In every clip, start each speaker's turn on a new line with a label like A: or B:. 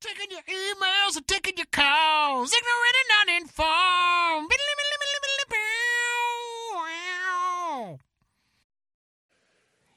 A: Taking your emails and taking your calls. Ignorant and uninformed.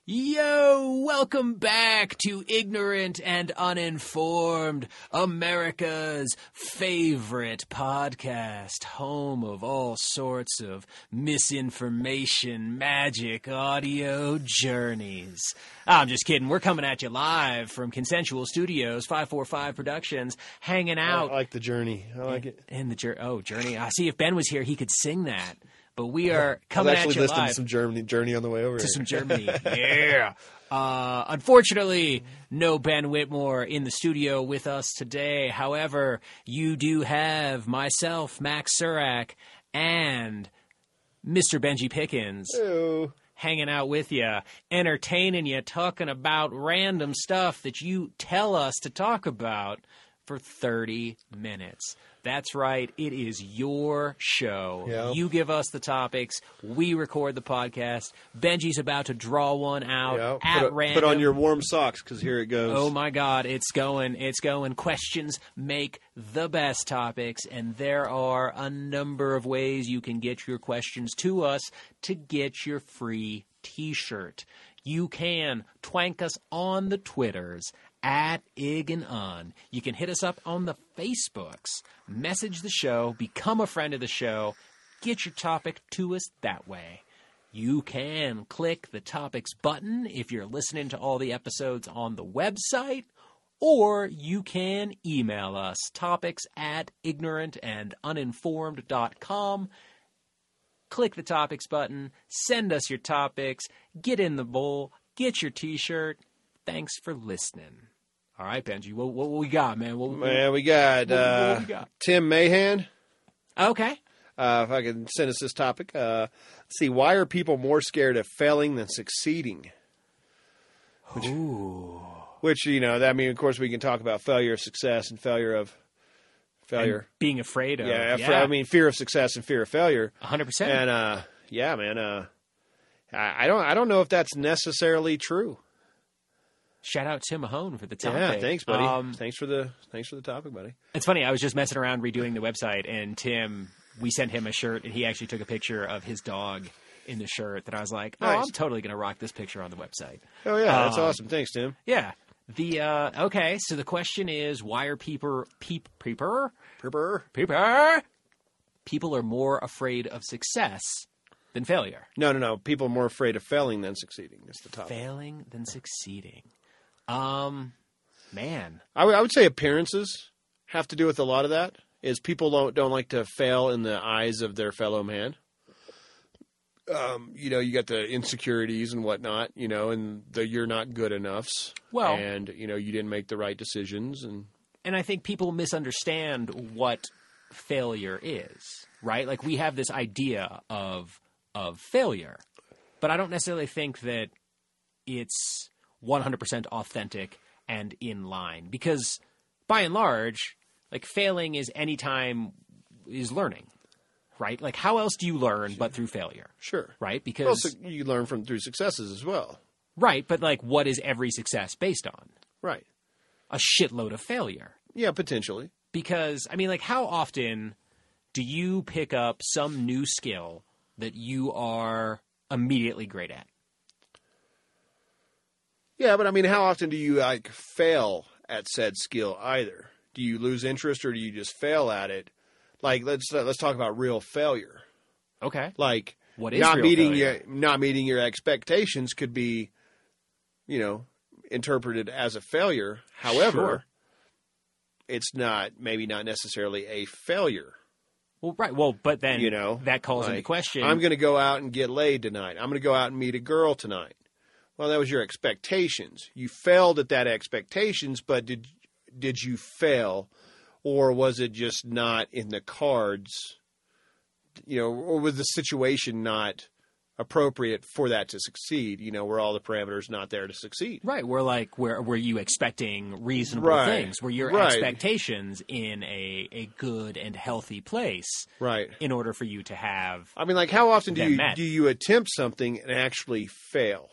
B: Yo, welcome back to Ignorant and Uninformed, America's favorite podcast, home of all sorts of misinformation, magic, audio journeys. Ah, I'm just kidding. We're coming at you live from Consensual Studios, 545 Productions, hanging out
C: I like the journey. I like it.
B: in the jour Oh, Journey. I see if Ben was here, he could sing that. But we are
C: I was
B: coming at
C: actually
B: you
C: listening to
B: live
C: some Germany journey on the way over.
B: to
C: here.
B: some Germany. yeah. Uh, unfortunately, no Ben Whitmore in the studio with us today. However, you do have myself, Max Surak, and Mr. Benji Pickens
C: Ew.
B: hanging out with you, entertaining you, talking about random stuff that you tell us to talk about for 30 minutes. That's right. It is your show.
C: Yeah.
B: You give us the topics. We record the podcast. Benji's about to draw one out
C: Yeah.
B: Oh, at
C: Put, a-
B: random.
C: put on your warm socks because here it goes.
B: Oh my God, it's going, it's going. Questions make the best topics, and there are a number of ways you can get your questions to us to get your free t shirt. You can twank us on the Twitters at Ig and Un. You can hit us up on the Facebooks, message the show, become a friend of the show, get your topic to us that way. You can click the topics button if you're listening to all the episodes on the website, or you can email us topics at ignorantanduninformed.com. Click the topics button, send us your topics, get in the bowl, get your t shirt. Thanks for listening. All right, Benji, what, what we got, man? What,
C: Man, we got,
B: what-
C: uh,
B: what we got?
C: Tim Mahan.
B: Okay.
C: Uh, if I can send us this topic, uh, let's see. Why are people more scared of failing than succeeding?
B: Ooh.
C: Which you know, that, I mean, of course, we can talk about failure, of success, and failure of failure.
B: Being afraid of.
C: yeah, fe- I mean, fear of success and fear of failure.
B: 100%.
C: And uh, yeah, man, uh, I, I don't, I don't know if that's necessarily true.
B: Shout out Tim Mahone for the topic.
C: Yeah, thanks, buddy.
B: Um,
C: thanks for the thanks for the topic, buddy.
B: it's funny. I was just messing around redoing the website, and Tim, we sent him a shirt, and he actually took a picture of his dog in the shirt. That I was like, oh,
C: Nice.
B: I'm totally gonna rock this picture on the website.
C: Oh yeah, that's
B: Um,
C: awesome. Thanks, Tim.
B: Yeah. The uh, okay. So the question is, why are people peep peeper
C: Prepper.
B: peeper people are more afraid of success than failure?
C: No, no, no. People are more afraid of failing than succeeding. Is the topic.
B: Failing than succeeding. Um, man.
C: I would I would say appearances have to do with a lot of that. Is people don't don't like to fail in the eyes of their fellow man. Um, you know, you got the insecurities and whatnot. You know, and the you're not good enoughs.
B: Well-
C: and you know, you didn't make the right decisions. And
B: and I think people misunderstand what failure is, right? Like we have this idea of of failure, but I don't necessarily think that it's 100% authentic and in line because by and large, like failing is any time is learning, right? Like how else do you learn but through failure,
C: sure,
B: right? Because
C: Well, so you learn from through successes as well.
B: right, but like what is every success based on?
C: Right.
B: A shitload of failure.
C: Yeah, potentially.
B: because I mean, like, how often do you pick up some new skill that you are immediately great at?
C: Yeah, but I mean, how often do you like fail at said skill either? Do you lose interest or do you just fail at it? Like let's uh, let's talk about real failure.
B: Okay,
C: Like
B: What is
C: not
B: real
C: meeting
B: failure?
C: your not meeting your expectations could be you know, interpreted as a failure. However,
B: Sure.
C: it's not maybe not necessarily a failure.
B: well, right, well, but then
C: You know,
B: that calls into
C: Like,
B: question.
C: I'm going to go out and get laid tonight. I'm going to go out and meet a girl tonight. Well, that was your expectations. You failed at that expectations, but did did you fail, or was it just not in the cards? You know, or was the situation not appropriate for that to succeed? You know, were all the parameters not there to succeed?
B: right, we're like, where were you expecting reasonable
C: Right,
B: things? Were your
C: right.
B: expectations in a a good and healthy place
C: Right.
B: in order for you to have?
C: I mean, like, how often do
B: Then
C: you
B: Matt.
C: do you attempt something and actually fail,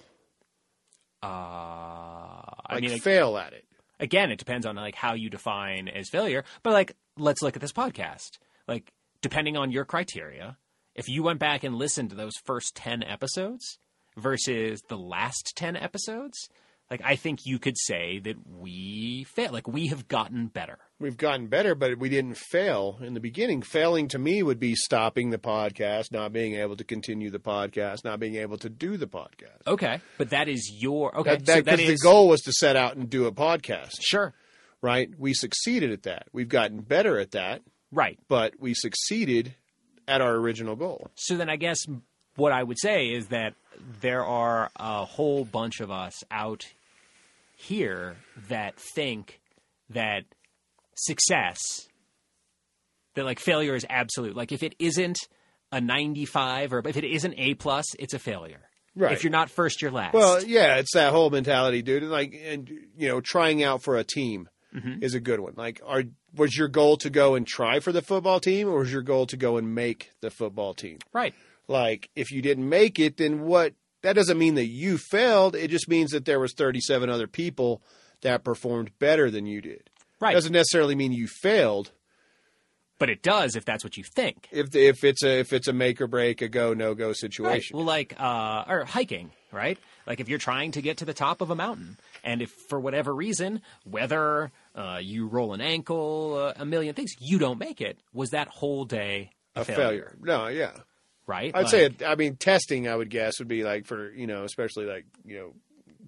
B: Uh, I
C: like
B: mean, like,
C: fail at it?
B: again, it depends on like how you define as failure. But like, let's look at this podcast. Like, depending on your criteria, if you went back and listened to those first ten episodes versus the last ten episodes, like I think you could say that we fail. Like we have gotten better.
C: We've gotten better, but we didn't fail in the beginning. Failing to me would be stopping the podcast, not being able to continue the podcast, not being able to do the podcast.
B: Okay, but that is your okay.
C: That, that,
B: so that
C: 'cause
B: is
C: the goal was to set out and do a podcast,
B: Sure,
C: right? We succeeded at that. We've gotten better at that,
B: right.
C: but we succeeded at our original goal.
B: So then I guess what I would say is that there are a whole bunch of us out here that think that success that like failure is absolute. Like if it isn't a 95 or if it isn't A plus, it's a failure.
C: Right.
B: If you're not first, you're last.
C: Well, yeah, it's that whole mentality, dude. And like, and you know, trying out for a team
B: Mm-hmm.
C: is a good one. Like, are was your goal to go and try for the football team, or was your goal to go and make the football team?
B: right.
C: Like, if you didn't make it, then what? That doesn't mean that you failed. It just means that there was 37 other people that performed better than you did.
B: Right.
C: Doesn't necessarily mean you failed.
B: but it does if that's what you think.
C: If if it's a if it's a make or break, a go no go
B: Right.
C: situation.
B: Well, like uh, or hiking, right? Like if you're trying to get to the top of a mountain, and if for whatever reason, whether uh, you roll an ankle, uh, a million things, you don't make it. Was that whole day a,
C: a failure. No, yeah.
B: Right.
C: I'd
B: Like-
C: say, it- I mean, testing, I would guess, would be like for, you know, especially like, you know,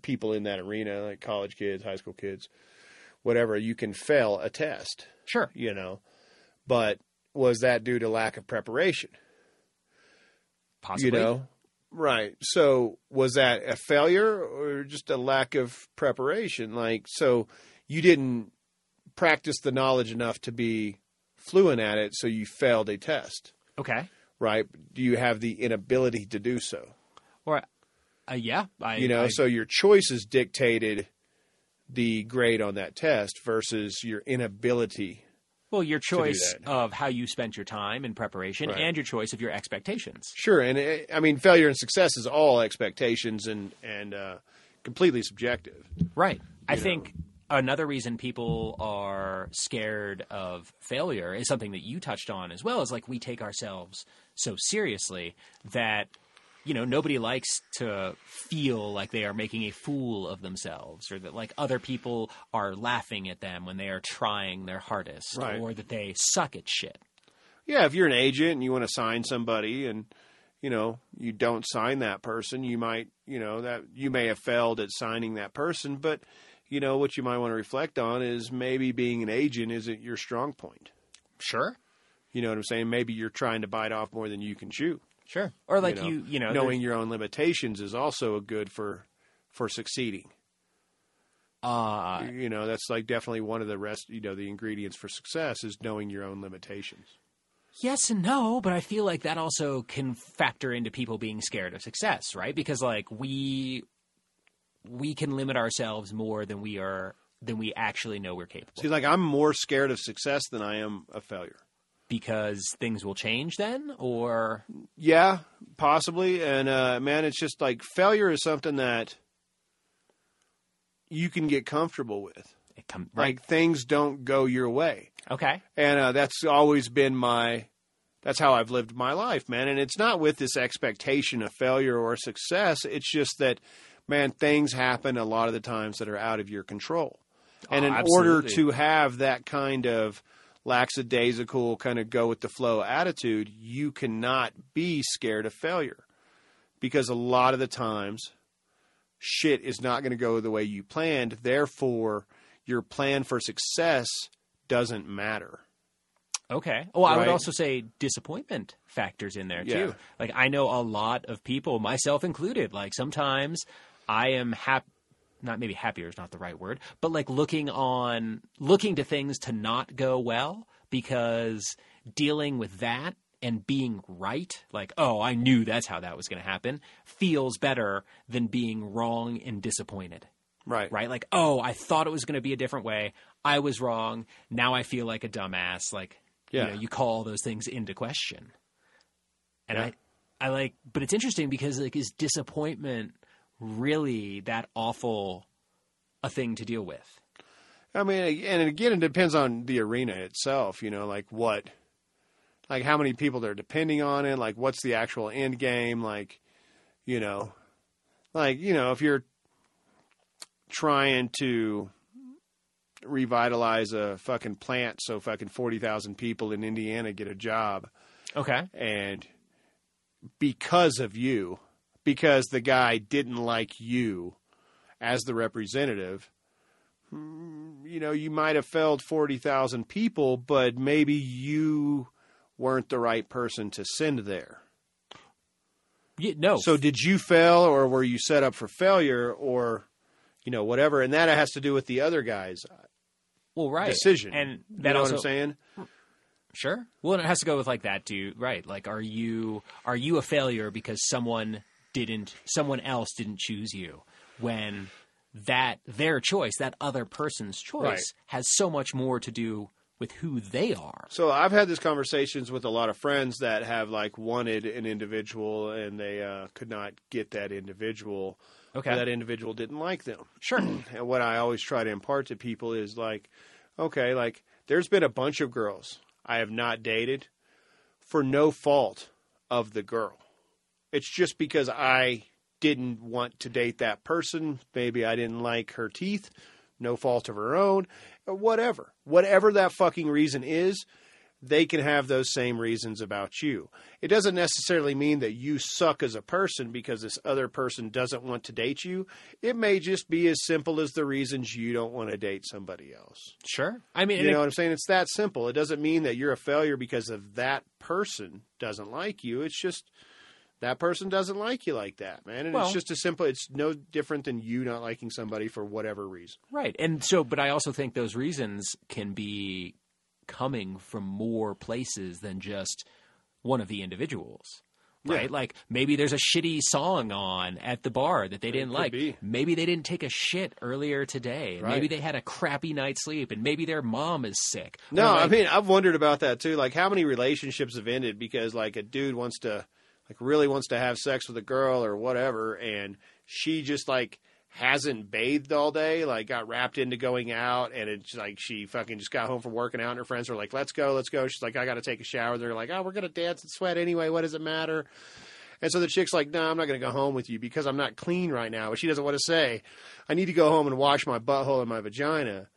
C: people in that arena, like college kids, high school kids, whatever, you can fail a test,
B: sure.
C: you know. But was that due to lack of preparation,
B: Possibly.
C: you know? Right. So was that a failure or just a lack of preparation? Like, so you didn't practice the knowledge enough to be fluent at it, so you failed a test,
B: Okay.
C: right? Do you have the inability to do so?
B: Or uh, yeah, I,
C: you know
B: I-
C: so your choices dictated the grade on that test versus your inability
B: well, your choice
C: that.
B: of how you spent your time in preparation
C: Right.
B: and your choice of your expectations.
C: sure and it, i mean failure and success is all expectations and and uh, completely subjective
B: Right. I think another reason people are scared of failure is something that you touched on as well is like we take ourselves so seriously that you know nobody likes to feel like they are making a fool of themselves or that like other people are laughing at them when they are trying their hardest
C: Right.
B: or that they suck at shit.
C: yeah if you're an agent and you want to sign somebody and you know you don't sign that person you might you know that you may have failed at signing that person but you know what you might want to reflect on is maybe being an agent isn't your strong point
B: Sure.
C: you know what i'm saying maybe you're trying to bite off more than you can chew
B: Sure. Or like you you, know there's-
C: knowing your own limitations is also good for for succeeding.
B: uh
C: you know, that's like definitely one of the rest. You know, the ingredients for success is knowing your own limitations.
B: Yes and no, but I feel like that also can factor into people being scared of success, right? Because like we we can limit ourselves more than we are than we actually know we're capable.
C: See, like I'm more scared of success than I am of failure.
B: Because things will change then or
C: Yeah, possibly. And uh, man, it's just like failure is something that you can get comfortable with.
B: it come right.
C: Like things don't go your way.
B: okay.
C: and uh, that's always been my that's how i've lived my life man and it's not with this expectation of failure or success it's just that man things happen a lot of the times that are out of your control and
B: Oh,
C: in order
B: absolutely.
C: to have that kind of lackadaisical kind of go with the flow attitude you cannot be scared of failure because a lot of the times shit is not going to go the way you planned therefore your plan for success doesn't matter
B: Okay. Oh, I would
C: Right.
B: also say disappointment factors in there
C: Yeah.
B: too. Like I know a lot of people, myself included, like sometimes I am happy not maybe happier is not the right word, but like looking on looking to things to not go well because dealing with that and being right, like, oh, I knew that's how that was going to happen, feels better than being wrong and disappointed
C: Right.
B: right? Like, oh, I thought it was going to be a different way. I was wrong. Now I feel like a dumbass. Like,
C: Yeah.
B: you know, you call all those things into question. And
C: Yeah.
B: I, I like, but it's interesting because like, is disappointment really that awful a thing to deal with?
C: I mean, and again, it depends on the arena itself. You know, like what, like how many people they're depending on it. Like what's the actual end game? Like, you know, like you know, if you're trying to revitalize a fucking plant so fucking forty thousand people in Indiana get a job,
B: Okay.
C: and because of you, because the guy didn't like you as the representative, mm, you know, you might have failed 40,000 people, but maybe you weren't the right person to send there.
B: Yeah, no.
C: So did you fail or were you set up for failure or you know whatever and that has to do with the other guy's
B: well, right.
C: decision.
B: And
C: you
B: that
C: know
B: also
C: what I'm saying?
B: Sure. Well, and it has to go with like that, dude. Right? Like, are you are you a failure because someone didn't, someone else didn't choose you? When that their choice, that other person's choice,
C: Right.
B: has so much more to do with who they are.
C: So I've had these conversations with a lot of friends that have like wanted an individual and they uh, could not get that individual.
B: Okay.
C: Or That individual didn't like them.
B: Sure.
C: And what I always try to impart to people is like, okay, like there's been a bunch of girls I have not dated for no fault of the girl. It's just because I didn't want to date that person. Maybe I didn't like her teeth, no fault of her own, or whatever. Whatever that fucking reason is, they can have those same reasons about you. It doesn't necessarily mean that you suck as a person because this other person doesn't want to date you. It may just be as simple as the reasons you don't want to date somebody else.
B: Sure. I mean,
C: You
B: and
C: know what I'm saying? It's that simple. It doesn't mean that you're a failure because of that person doesn't like you. It's just that person doesn't like you like that, man. And
B: Well-
C: it's just as simple. It's no different than you not liking somebody for whatever reason.
B: Right. And so, but I also think those reasons can be coming from more places than just one of the individuals. Right?
C: Yeah.
B: Like maybe there's a shitty song on at the bar that they didn't
C: could
B: like.
C: be.
B: Maybe they didn't take a shit earlier today. and Maybe
C: Right.
B: they had a crappy night's sleep and maybe their mom is sick. Or,
C: No,
B: like,
C: I mean I've wondered about that too. Like how many relationships have ended because like a dude wants to like really wants to have sex with a girl or whatever and she just like hasn't bathed all day, like got wrapped into going out and it's like she fucking just got home from working out and her friends were like, Let's go, let's go. She's like, I gotta take a shower. They're like, Oh, we're gonna dance and sweat anyway, what does it matter? And so the chick's like, "No, I'm not going to go home with you because I'm not clean right now." But she doesn't want to say, "I need to go home and wash my butthole and my vagina."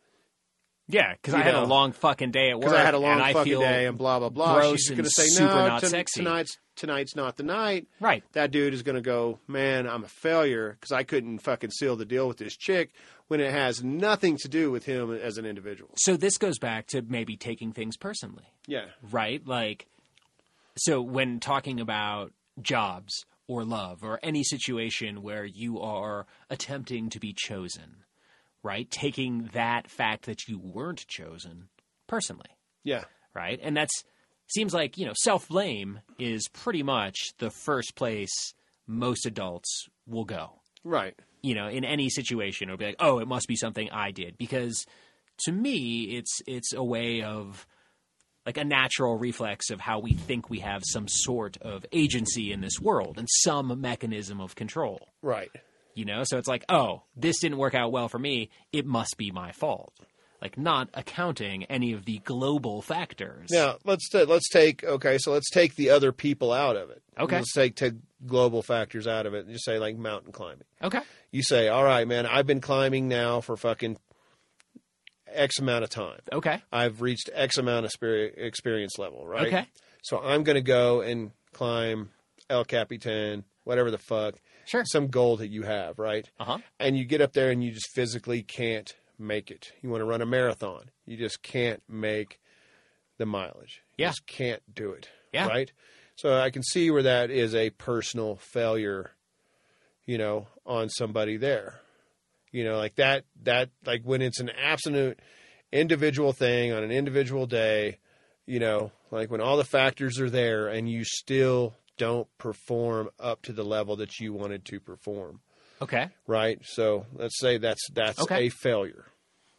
B: yeah, because
C: you
B: I had a
C: know,
B: long fucking day at work.
C: because I had a long
B: and I
C: fucking
B: feel-
C: day and blah blah blah.
B: gross
C: She's
B: and
C: going to say
B: super
C: no.
B: not
C: ton-
B: sexy."
C: Tonight's tonight's not the night.
B: Right.
C: That dude is going to go, man. I'm a failure because I couldn't fucking seal the deal with this chick when it has nothing to do with him as an individual.
B: So this goes back to maybe taking things personally.
C: Yeah.
B: right? Like, so when talking about jobs or love or any situation where you are attempting to be chosen, right? Taking that fact that you weren't chosen personally,
C: Yeah.
B: right? And that's seems like, you know, self blame is pretty much the first place most adults will go
C: Right.
B: you know, in any situation, it'll be like, oh, it must be something I did because to me, it's it's a way of like a natural reflex of how we think we have some sort of agency in this world and some mechanism of control.
C: Right.
B: You know, so it's like, oh, this didn't work out well for me. It must be my fault. Like not accounting any of the global factors.
C: Now let's t- let's take okay. So let's take the other people out of it.
B: Okay.
C: Let's take take global factors out of it and just say like mountain climbing.
B: Okay.
C: You say, all right, man. I've been climbing now for fucking x amount of time.
B: Okay.
C: I've reached X amount of spirit experience level, right?
B: Okay.
C: So I'm going to go and climb El Capitan, whatever the fuck,
B: Sure.
C: some goal that you have, right?
B: Uh huh.
C: And you get up there and you just physically can't make it. You want to run a marathon, you just can't make the mileage. You
B: Yeah.
C: just can't do it,
B: Yeah.
C: right? So I can see where that is a personal failure, you know, on somebody there. You know, like that, that, like when it's an absolute individual thing on an individual day, you know, like when all the factors are there and you still don't perform up to the level that you wanted to perform,
B: Okay.
C: right? So let's say that's that's
B: Okay.
C: a failure.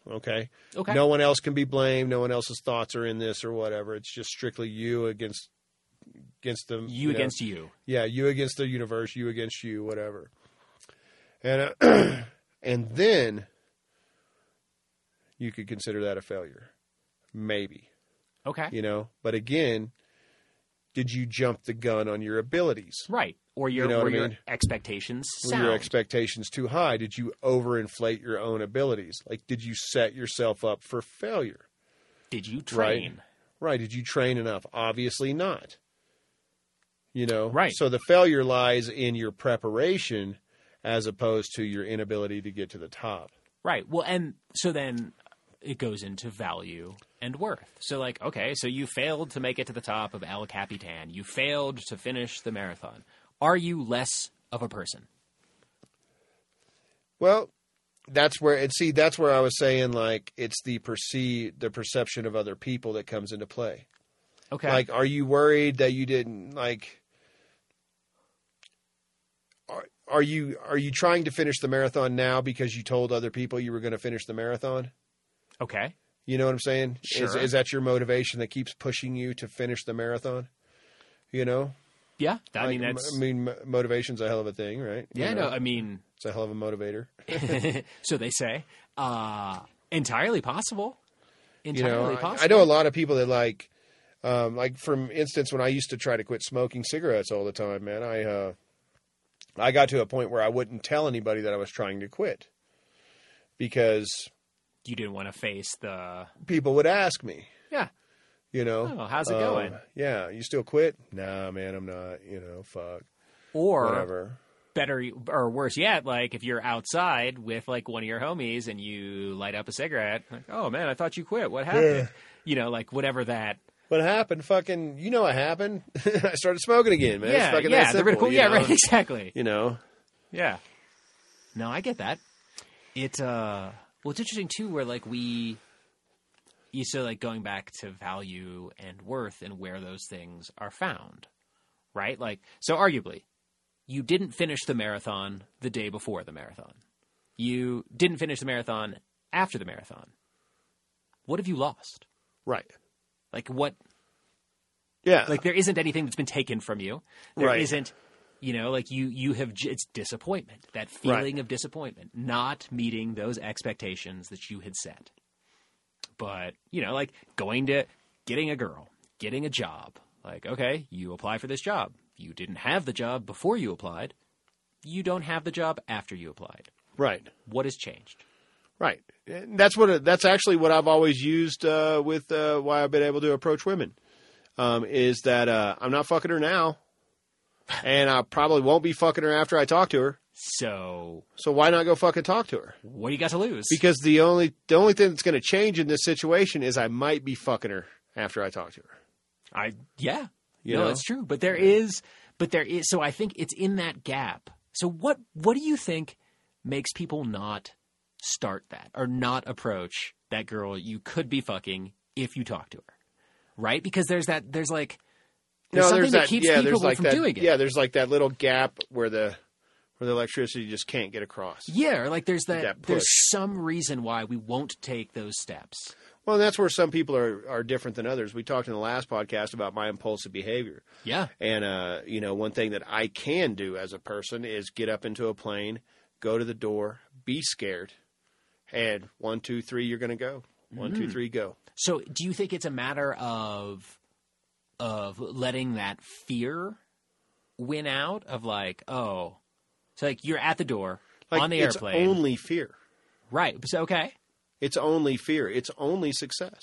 C: Okay?
B: Okay.
C: No one else can be blamed, no one else's thoughts are in this or whatever. It's just strictly you against against the
B: You
C: know,
B: against you.
C: yeah, you against the universe, you against you, whatever. And uh, and then you could consider that a failure. Maybe,
B: Okay.
C: you know, but again, did you jump the gun on your abilities?
B: Right. Or your,
C: You know
B: or
C: what I
B: your
C: mean?
B: expectations
C: Were
B: sound.
C: your expectations too high? Did you overinflate your own abilities? Like, did you set yourself up for failure?
B: Did you train?
C: Right. Did you train enough? Obviously not. You know,
B: Right.
C: So the failure lies in your preparation as opposed to your inability to get to the top.
B: Right. Well, and so then it goes into value and worth. So, like, okay, so you failed to make it to the top of El Capitan. You failed to finish the marathon. Are you less of a person?
C: Well, that's where and see that's where I was saying like it's the perceive the perception of other people that comes into play.
B: Okay.
C: Like, are you worried that you didn't like? Are, are you are you trying to finish the marathon now because you told other people you were going to finish the marathon?
B: okay.
C: You know what I'm saying? Is
B: Sure.
C: is that your motivation that keeps pushing you to finish the marathon? You know,
B: Yeah. I
C: Like,
B: mean,
C: m-
B: that's.
C: I mean, m- motivation's a hell of a thing, right? You
B: yeah,
C: know,
B: no, I mean,
C: it's a hell of a motivator.
B: so they say. Uh, entirely possible.
C: you
B: Entirely
C: know, I,
B: possible.
C: I know a lot of people that like, um, like for instance, when I used to try to quit smoking cigarettes all the time, man, I, uh, I got to a point where I wouldn't tell anybody that I was trying to quit because
B: You didn't want to face the.
C: people would ask me,
B: Yeah.
C: you know,
B: Oh, how's it
C: um,
B: going?
C: Yeah. You still quit? Nah, man, I'm not, you know, fuck,
B: Or
C: whatever.
B: better or worse yet, like if you're outside with like one of your homies and you light up a cigarette, like, oh man, I thought you quit. What happened? You know, like whatever that.
C: What happened? Fucking, you know what happened? I started smoking again, man. It's
B: yeah,
C: fucking that
B: yeah, they're
C: simple,
B: really cool.
C: you
B: Yeah,
C: know?
B: right, exactly.
C: You know,
B: Yeah. No, I get that. It uh, well, it's interesting too, where like we, you so like going back to value and worth and where those things are found, right? Like, so arguably, you didn't finish the marathon the day before the marathon. You didn't finish the marathon after the marathon. What have you lost?
C: right.
B: Like what?
C: Yeah.
B: Like there isn't anything that's been taken from you. There
C: Right.
B: not you know, like you you have j- it's disappointment, that feeling of disappointment, not meeting those expectations that you had set. But you know, like going to getting a girl, getting a job. Like okay, you apply for this job. You didn't have the job before you applied. You don't have the job after you applied.
C: right.
B: What has changed?
C: Right. And that's what that's actually what I've always used uh, with uh, why I've been able to approach women um, is that uh, I'm not fucking her now, and I probably won't be fucking her after I talk to her.
B: So
C: So why not go fucking talk to her?
B: what do you got to lose?
C: Because the only the only thing that's going to change in this situation is I might be fucking her after I talk to her.
B: I yeah.
C: You
B: no,
C: know?
B: it's true. But there is but there is so I think it's in that gap. So what what do you think makes people not start that or not approach that girl you could be fucking if you talk to her? Right? Because there's that there's like there's something that, keeps
C: yeah,
B: people
C: there's like
B: from
C: that,
B: doing it.
C: yeah, there's like that little gap where the where the electricity just can't get across.
B: Yeah, or like there's that,
C: That
B: there's
C: push.
B: some reason why we won't take those steps.
C: Well, that's where some people are are different than others. We talked in the last podcast about my impulsive behavior.
B: Yeah.
C: And uh, you know, one thing that I can do as a person is get up into a plane, go to the door, be scared, and one, two, three, you're gonna go. One,
B: Mm.
C: two, three, go.
B: So do you think it's a matter of of letting that fear win out of like, oh, so like you're at the door
C: Like
B: on the
C: it's
B: airplane,
C: only fear.
B: right? So okay,
C: It's only fear. It's only success.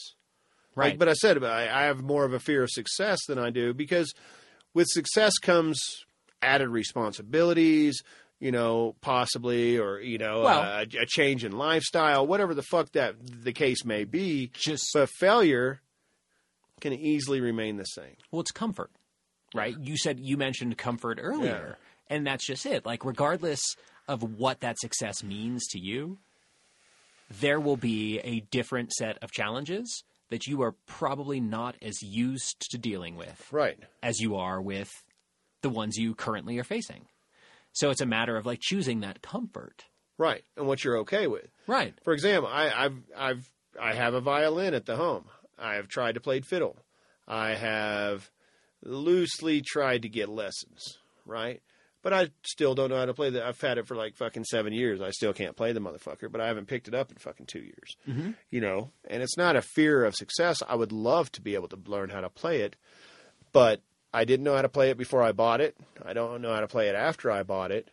B: right,
C: Like, but I said, but I, I have more of a fear of success than I do because with success comes added responsibilities, you know, possibly, or you know, uh,
B: Well-
C: a, a change in lifestyle, whatever the fuck that the case may be.
B: just
C: But failure can easily remain the same.
B: well, it's comfort, right? You said you mentioned comfort earlier, and that's just it. Like regardless of what that success means to you, there will be a different set of challenges that you are probably not as used to dealing with
C: Right.
B: as you are with the ones you currently are facing. So it's a matter of like choosing that comfort.
C: Right. And what you're okay with.
B: Right.
C: For example, I, I've I've I have a violin at the home. I have tried to play fiddle. I have loosely tried to get lessons, right? But I still don't know how to play that. I've had it for like fucking seven years. I still can't play the motherfucker, but I haven't picked it up in fucking two years. You know, and it's not a fear of success. I would love to be able to learn how to play it, but I didn't know how to play it before I bought it. I don't know how to play it after I bought it.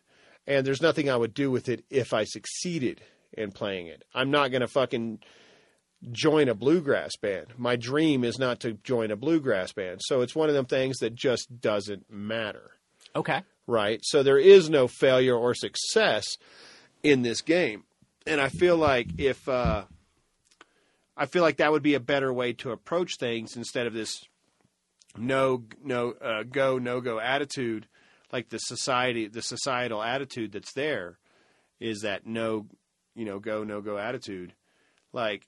C: And there's nothing I would do with it if I succeeded in playing it. I'm not going to fucking join a bluegrass band. My dream is not to join a bluegrass band. So it's one of them things that just doesn't matter
B: Okay.
C: right? So there is no failure or success in this game, and I feel like if uh, I feel like that would be a better way to approach things instead of this no no uh, go no go attitude, like the society the societal attitude that's there is that no you know go no go attitude, like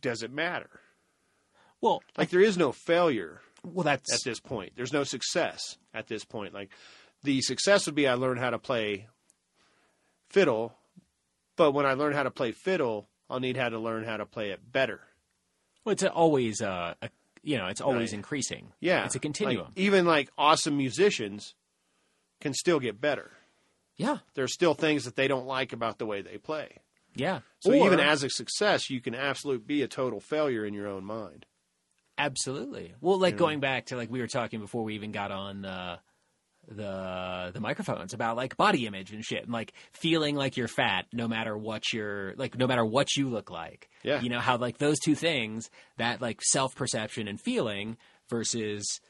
C: does it matter?
B: Well,
C: Like there is no failure
B: well, that's
C: at this point. There's no success at this point. Like the success would be I learn how to play fiddle, but when I learn how to play fiddle, I'll need how to learn how to play it better.
B: well, it's always uh, a, you know, it's always
C: Right.
B: increasing.
C: Yeah,
B: it's a continuum.
C: Like, even like awesome musicians can still get better.
B: yeah,
C: There's still things that they don't like about the way they play.
B: yeah.
C: So
B: Or-
C: even as a success, you can absolutely be a total failure in your own mind.
B: Absolutely. Well, like going back to like we were talking before we even got on uh, the the microphones about like body image and shit, and like feeling like you're fat no matter what you're like, no matter what you look like.
C: Yeah.
B: You know how like those two things that like self perception and feeling versus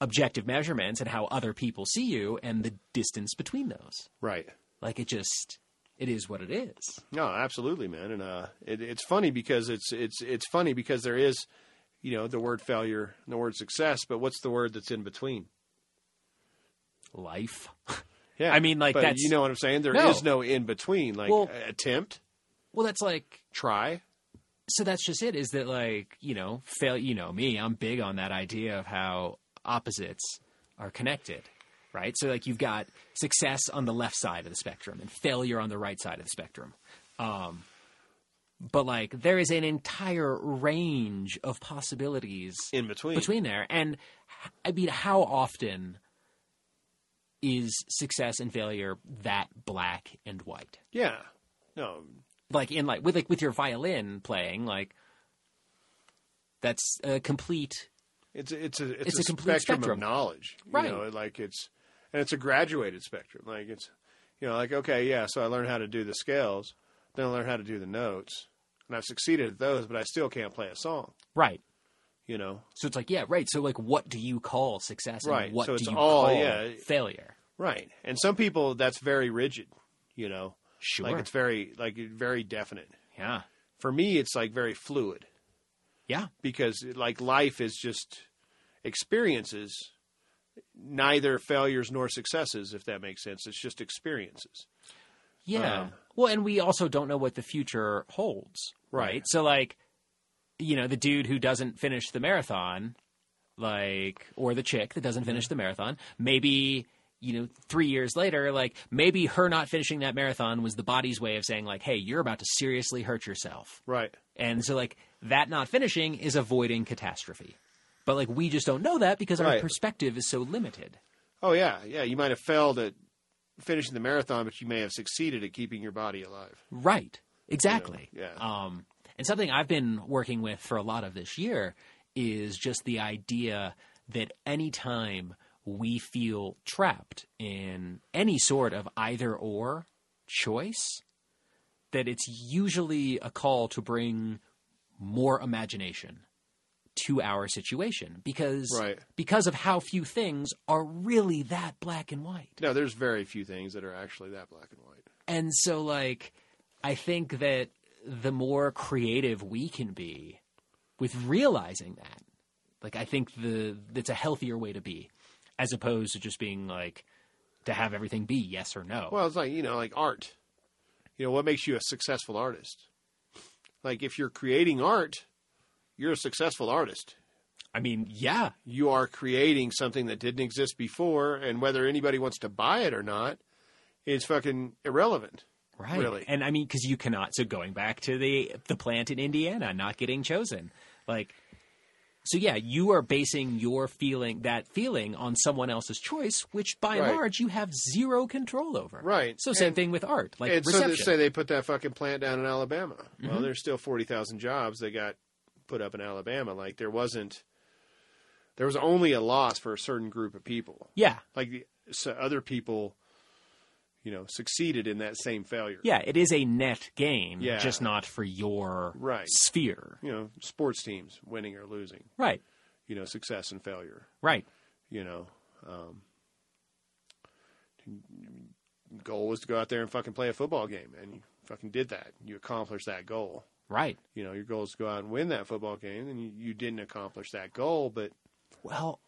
B: objective measurements and how other people see you and the distance between those.
C: Right.
B: Like it just it is what it is.
C: No, absolutely, man. And uh, it, it's funny because it's it's it's funny because there is, you know, the word failure, and the word success, but what's the word that's in between?
B: Life.
C: Yeah,
B: I mean, like,
C: but
B: that's-
C: you know what I'm saying. There is
B: No.
C: no, in between. Like
B: Well-
C: attempt,
B: Well, that's like
C: try.
B: so that's just it is that like you know fail you know me i'm big on that idea of how opposites are connected right so like you've got success on the left side of the spectrum and failure on the right side of the spectrum um, but like there is an entire range of possibilities
C: In between.
B: between there and h- i mean how often is success and failure that black and white
C: Yeah. No.
B: like in like with like with your violin playing like that's a complete
C: It's it's a
B: It's
C: it's, a,
B: a complete
C: spectrum,
B: spectrum.
C: of knowledge. You
B: Right.
C: know, like it's and it's a graduated spectrum. Like it's you know, like okay, yeah, so I learned how to do the scales, then I learned how to do the notes. And I've succeeded at those, but I still can't play a song,
B: right
C: you know.
B: so it's like yeah right so like what do you call success and
C: Right,
B: what
C: so it's
B: do you
C: all-
B: call
C: yeah.
B: failure
C: Right. And some people that's very rigid, you know.
B: sure
C: Like it's very like very definite.
B: yeah
C: For me it's like very fluid
B: yeah
C: because like life is just experiences neither failures nor successes if that makes sense. It's just experiences.
B: yeah
C: Um,
B: well and we also don't know what the future holds
C: Right.
B: right so like you know the dude who doesn't finish the marathon like or the chick that doesn't
C: Mm-hmm.
B: finish the marathon maybe you know 3 years later like maybe her not finishing that marathon was the body's way of saying like hey you're about to seriously hurt yourself
C: Right.
B: and so like that not finishing is avoiding catastrophe but like we just don't know that because our
C: Right.
B: perspective is so limited
C: Oh yeah, yeah, you might have failed at finishing the marathon but you may have succeeded at keeping your body alive.
B: Right. Exactly.
C: yeah.
B: Um, and something I've been working with for a lot of this year is just the idea that anytime we feel trapped in any sort of either or choice, that it's usually a call to bring more imagination to our situation because
C: Right.
B: because of how few things are really that black and white.
C: No, there's very few things that are actually that black and white.
B: And so, like, I think that the more creative we can be with realizing that, like, I think the that's a healthier way to be, as opposed to just being like to have everything be yes or no.
C: Well, it's like you know, like art. You know what makes you a successful artist? Like if you're creating art, you're a successful artist.
B: I mean, yeah,
C: You are creating something that didn't exist before, and whether anybody wants to buy it or not is fucking irrelevant.
B: right.
C: Really.
B: And I mean, because you cannot. So going back to the the plant in Indiana not getting chosen, like So yeah, you are basing your feeling that feeling on someone else's choice, which by
C: Right.
B: and large you have zero control over.
C: Right.
B: So same
C: And-
B: thing with art, like
C: and so
B: reception. Mm-hmm.
C: they say they put that fucking plant down in Alabama. Well, there's still forty thousand jobs that got put up in Alabama. Like there wasn't, there was only a loss for a certain group of people.
B: yeah,
C: Like the, so other people, you know, succeeded in that same failure.
B: yeah, it is a net gain,
C: Yeah.
B: just not for your
C: Right.
B: sphere.
C: You know, sports teams winning or losing.
B: Right,
C: You know, success and failure.
B: right.
C: You know, um, goal was to go out there and fucking play a football game, and you fucking did that. You accomplished that goal.
B: Right.
C: you know, your goal is to go out and win that football game, and you, you didn't accomplish that goal. But
B: Well,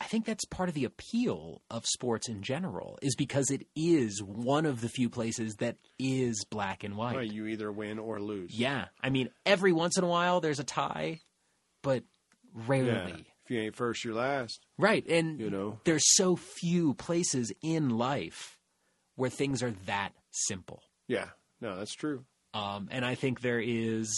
B: I think that's part of the appeal of sports in general is because it is one of the few places that is black and white.
C: well, you either win or lose.
B: Yeah. I mean, every once in a while there's a tie, but
C: Yeah.
B: rarely.
C: If you ain't first, you're last.
B: Right. And
C: You know.
B: there's so few places in life where things are that simple.
C: Yeah. No, that's true.
B: Um, and I think there is,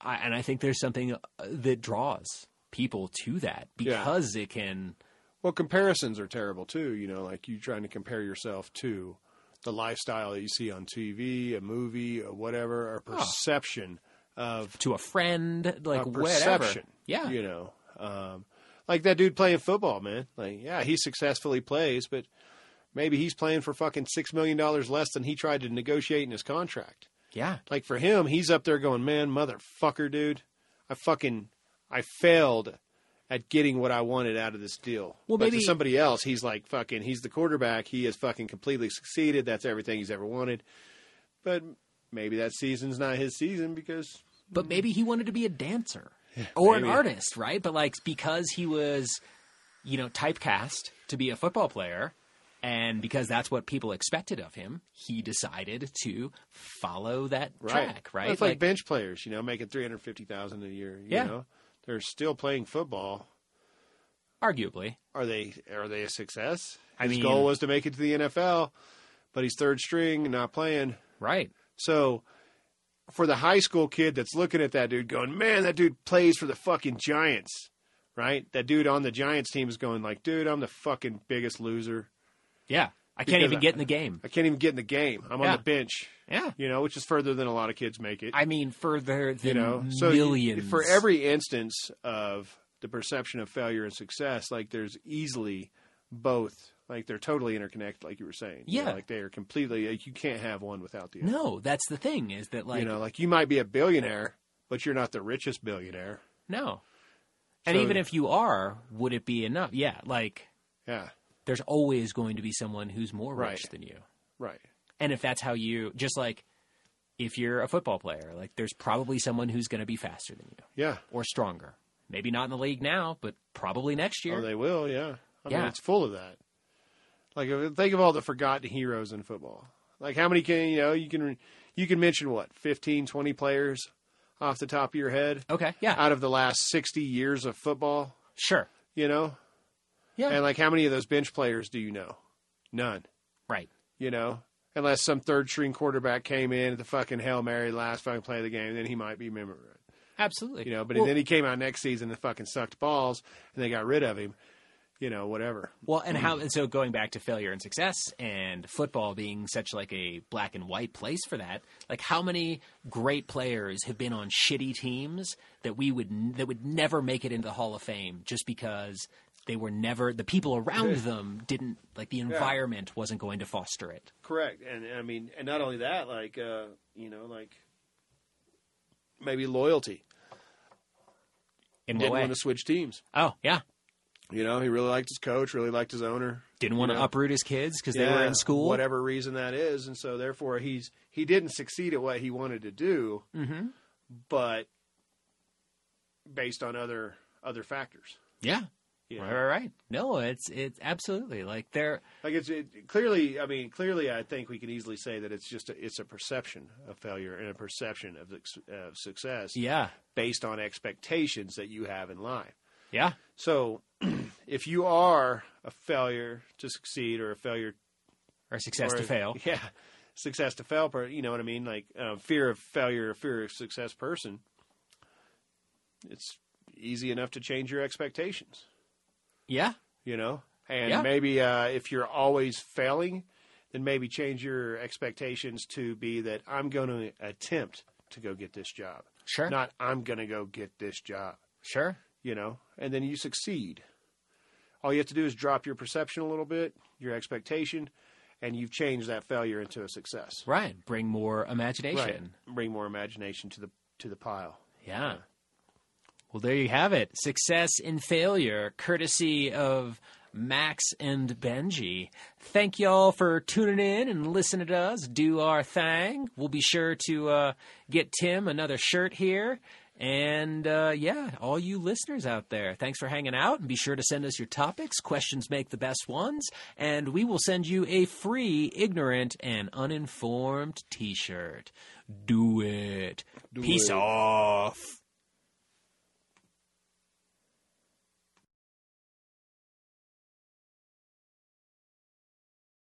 B: I, and I think there's something uh, that draws people to that
C: Yeah.
B: because it can,
C: Well, comparisons are terrible too. You know, like you trying to compare yourself to the lifestyle that you see on TV, a movie, or whatever, or perception of
B: to a friend, like
C: a
B: whatever.
C: perception.
B: Yeah.
C: You know, um, like that dude playing football, man. Like, yeah, he successfully plays, but maybe he's playing for fucking $6 million less than he tried to negotiate in his contract.
B: Yeah.
C: Like for him, he's up there going, "Man, motherfucker, dude, I fucking I failed at getting what I wanted out of this deal."
B: Well,
C: but
B: maybe-
C: to somebody else, he's like, "Fucking, he's the quarterback. He has fucking completely succeeded. That's everything he's ever wanted." But maybe that season's not his season because
B: But maybe he wanted to be a dancer or an
C: maybe.
B: artist, right? But like because he was, you know, typecast to be a football player and because that's what people expected of him, he decided to follow that track, right?
C: It's like, bench players, you know, making three hundred fifty thousand a year. You
B: Yeah.
C: know, they're still playing football.
B: arguably.
C: Are they are they a success?
B: I
C: His
B: mean-
C: goal was to make it to the NFL, but he's third string, and not playing.
B: Right.
C: So for the high school kid that's looking at that dude going, man, that dude plays for the fucking Giants, right? That dude on the Giants team is going like, dude, I'm the fucking biggest loser.
B: Yeah. I can't
C: Because
B: even
C: I-
B: get in the game.
C: I can't even get in the game. I'm
B: Yeah.
C: on the bench,
B: Yeah.
C: you know, which is further than a lot of kids make it,
B: I mean further than
C: you know? So you-
B: millions.
C: for every instance of the perception of failure and success, like there's easily both, like they're totally interconnected, like you were saying. You know,
B: Yeah.
C: like they are completely, like you can't have one without the other.
B: No, that's the thing is that like
C: you know, like you might be a billionaire, but you're not the richest billionaire.
B: no. And
C: So-
B: even if you are, would it be enough? Yeah, like
C: Yeah,
B: there's always going to be someone who's more rich
C: Right.
B: than you.
C: right.
B: And if that's how you, just like if you're a football player, like there's probably someone who's going to be faster than you
C: Yeah.
B: or stronger. Maybe not in the league now, but probably next year.
C: Oh, they will. Yeah. I mean,
B: Yeah.
C: it's full of that. Like, if- think of all the forgotten heroes in football. Like, how many can you know? You can you can mention what 15, 20 players off the top of your head
B: okay, yeah,
C: out of the last sixty years of football.
B: sure,
C: You know,
B: yeah,
C: and like, how many of those bench players do you know? None.
B: right,
C: You know. Unless some third string quarterback came in at the fucking Hail Mary last fucking play of the game, then he might be remembered.
B: absolutely.
C: you know. But
B: well,
C: then he came out next season and fucking sucked balls, and they got rid of him, you know, whatever.
B: well, and
C: Hmm.
B: how? And so going back to failure and success, and football being such like a black and white place for that. Like, how many great players have been on shitty teams that we would n- that would never make it into the Hall of Fame just because they were never the people around them didn't like the environment wasn't going to foster it.
C: Correct, and I mean, and not only that, like, uh, you know, like maybe loyalty
B: in
C: didn't
B: what way?
C: want to switch teams.
B: oh yeah,
C: You know, he really liked his coach, really liked his owner.
B: didn't want
C: You
B: to
C: know.
B: uproot his kids because they were
C: Yeah,
B: in school.
C: whatever reason that is, and so therefore he's he didn't succeed at what he wanted to do,
B: Mhm.
C: but based on other other factors.
B: Yeah,
C: you know?
B: right, right, right. No, it's it's absolutely like they're
C: Like it's it, clearly, I mean, clearly, I think we can easily say that it's just a, it's a perception of failure and a perception of, ex- of success
B: yeah,
C: based on expectations that you have in life.
B: yeah,
C: So, if you are a failure to succeed or a failure
B: or success
C: or
B: to
C: a-
B: fail.
C: yeah, success to fail, per- you know what I mean? Like uh, fear of failure, or fear of success person. It's easy enough to change your expectations,
B: Yeah.
C: you know? And
B: Yeah.
C: maybe uh, if you're always failing, then maybe change your expectations to be that I'm going to attempt to go get this job,
B: Sure.
C: not I'm going to go get this job,
B: sure.
C: you know? And then you succeed. All you have to do is drop your perception a little bit, your expectation, and you've changed that failure into a success.
B: Right. Bring more
C: Right.
B: imagination.
C: Bring more imagination to the to the pile.
B: Yeah. Well, there you have it. Success in failure, courtesy of Max and Benji. Thank y'all for tuning in and listening to us do our thing. We'll be sure to uh, get Tim another shirt here. And uh, yeah, all you listeners out there, thanks for hanging out and be sure to send us your topics. Questions make the best ones. And we will send you a free, ignorant, and uninformed t shirt. Do it. Peace
C: it.
B: off.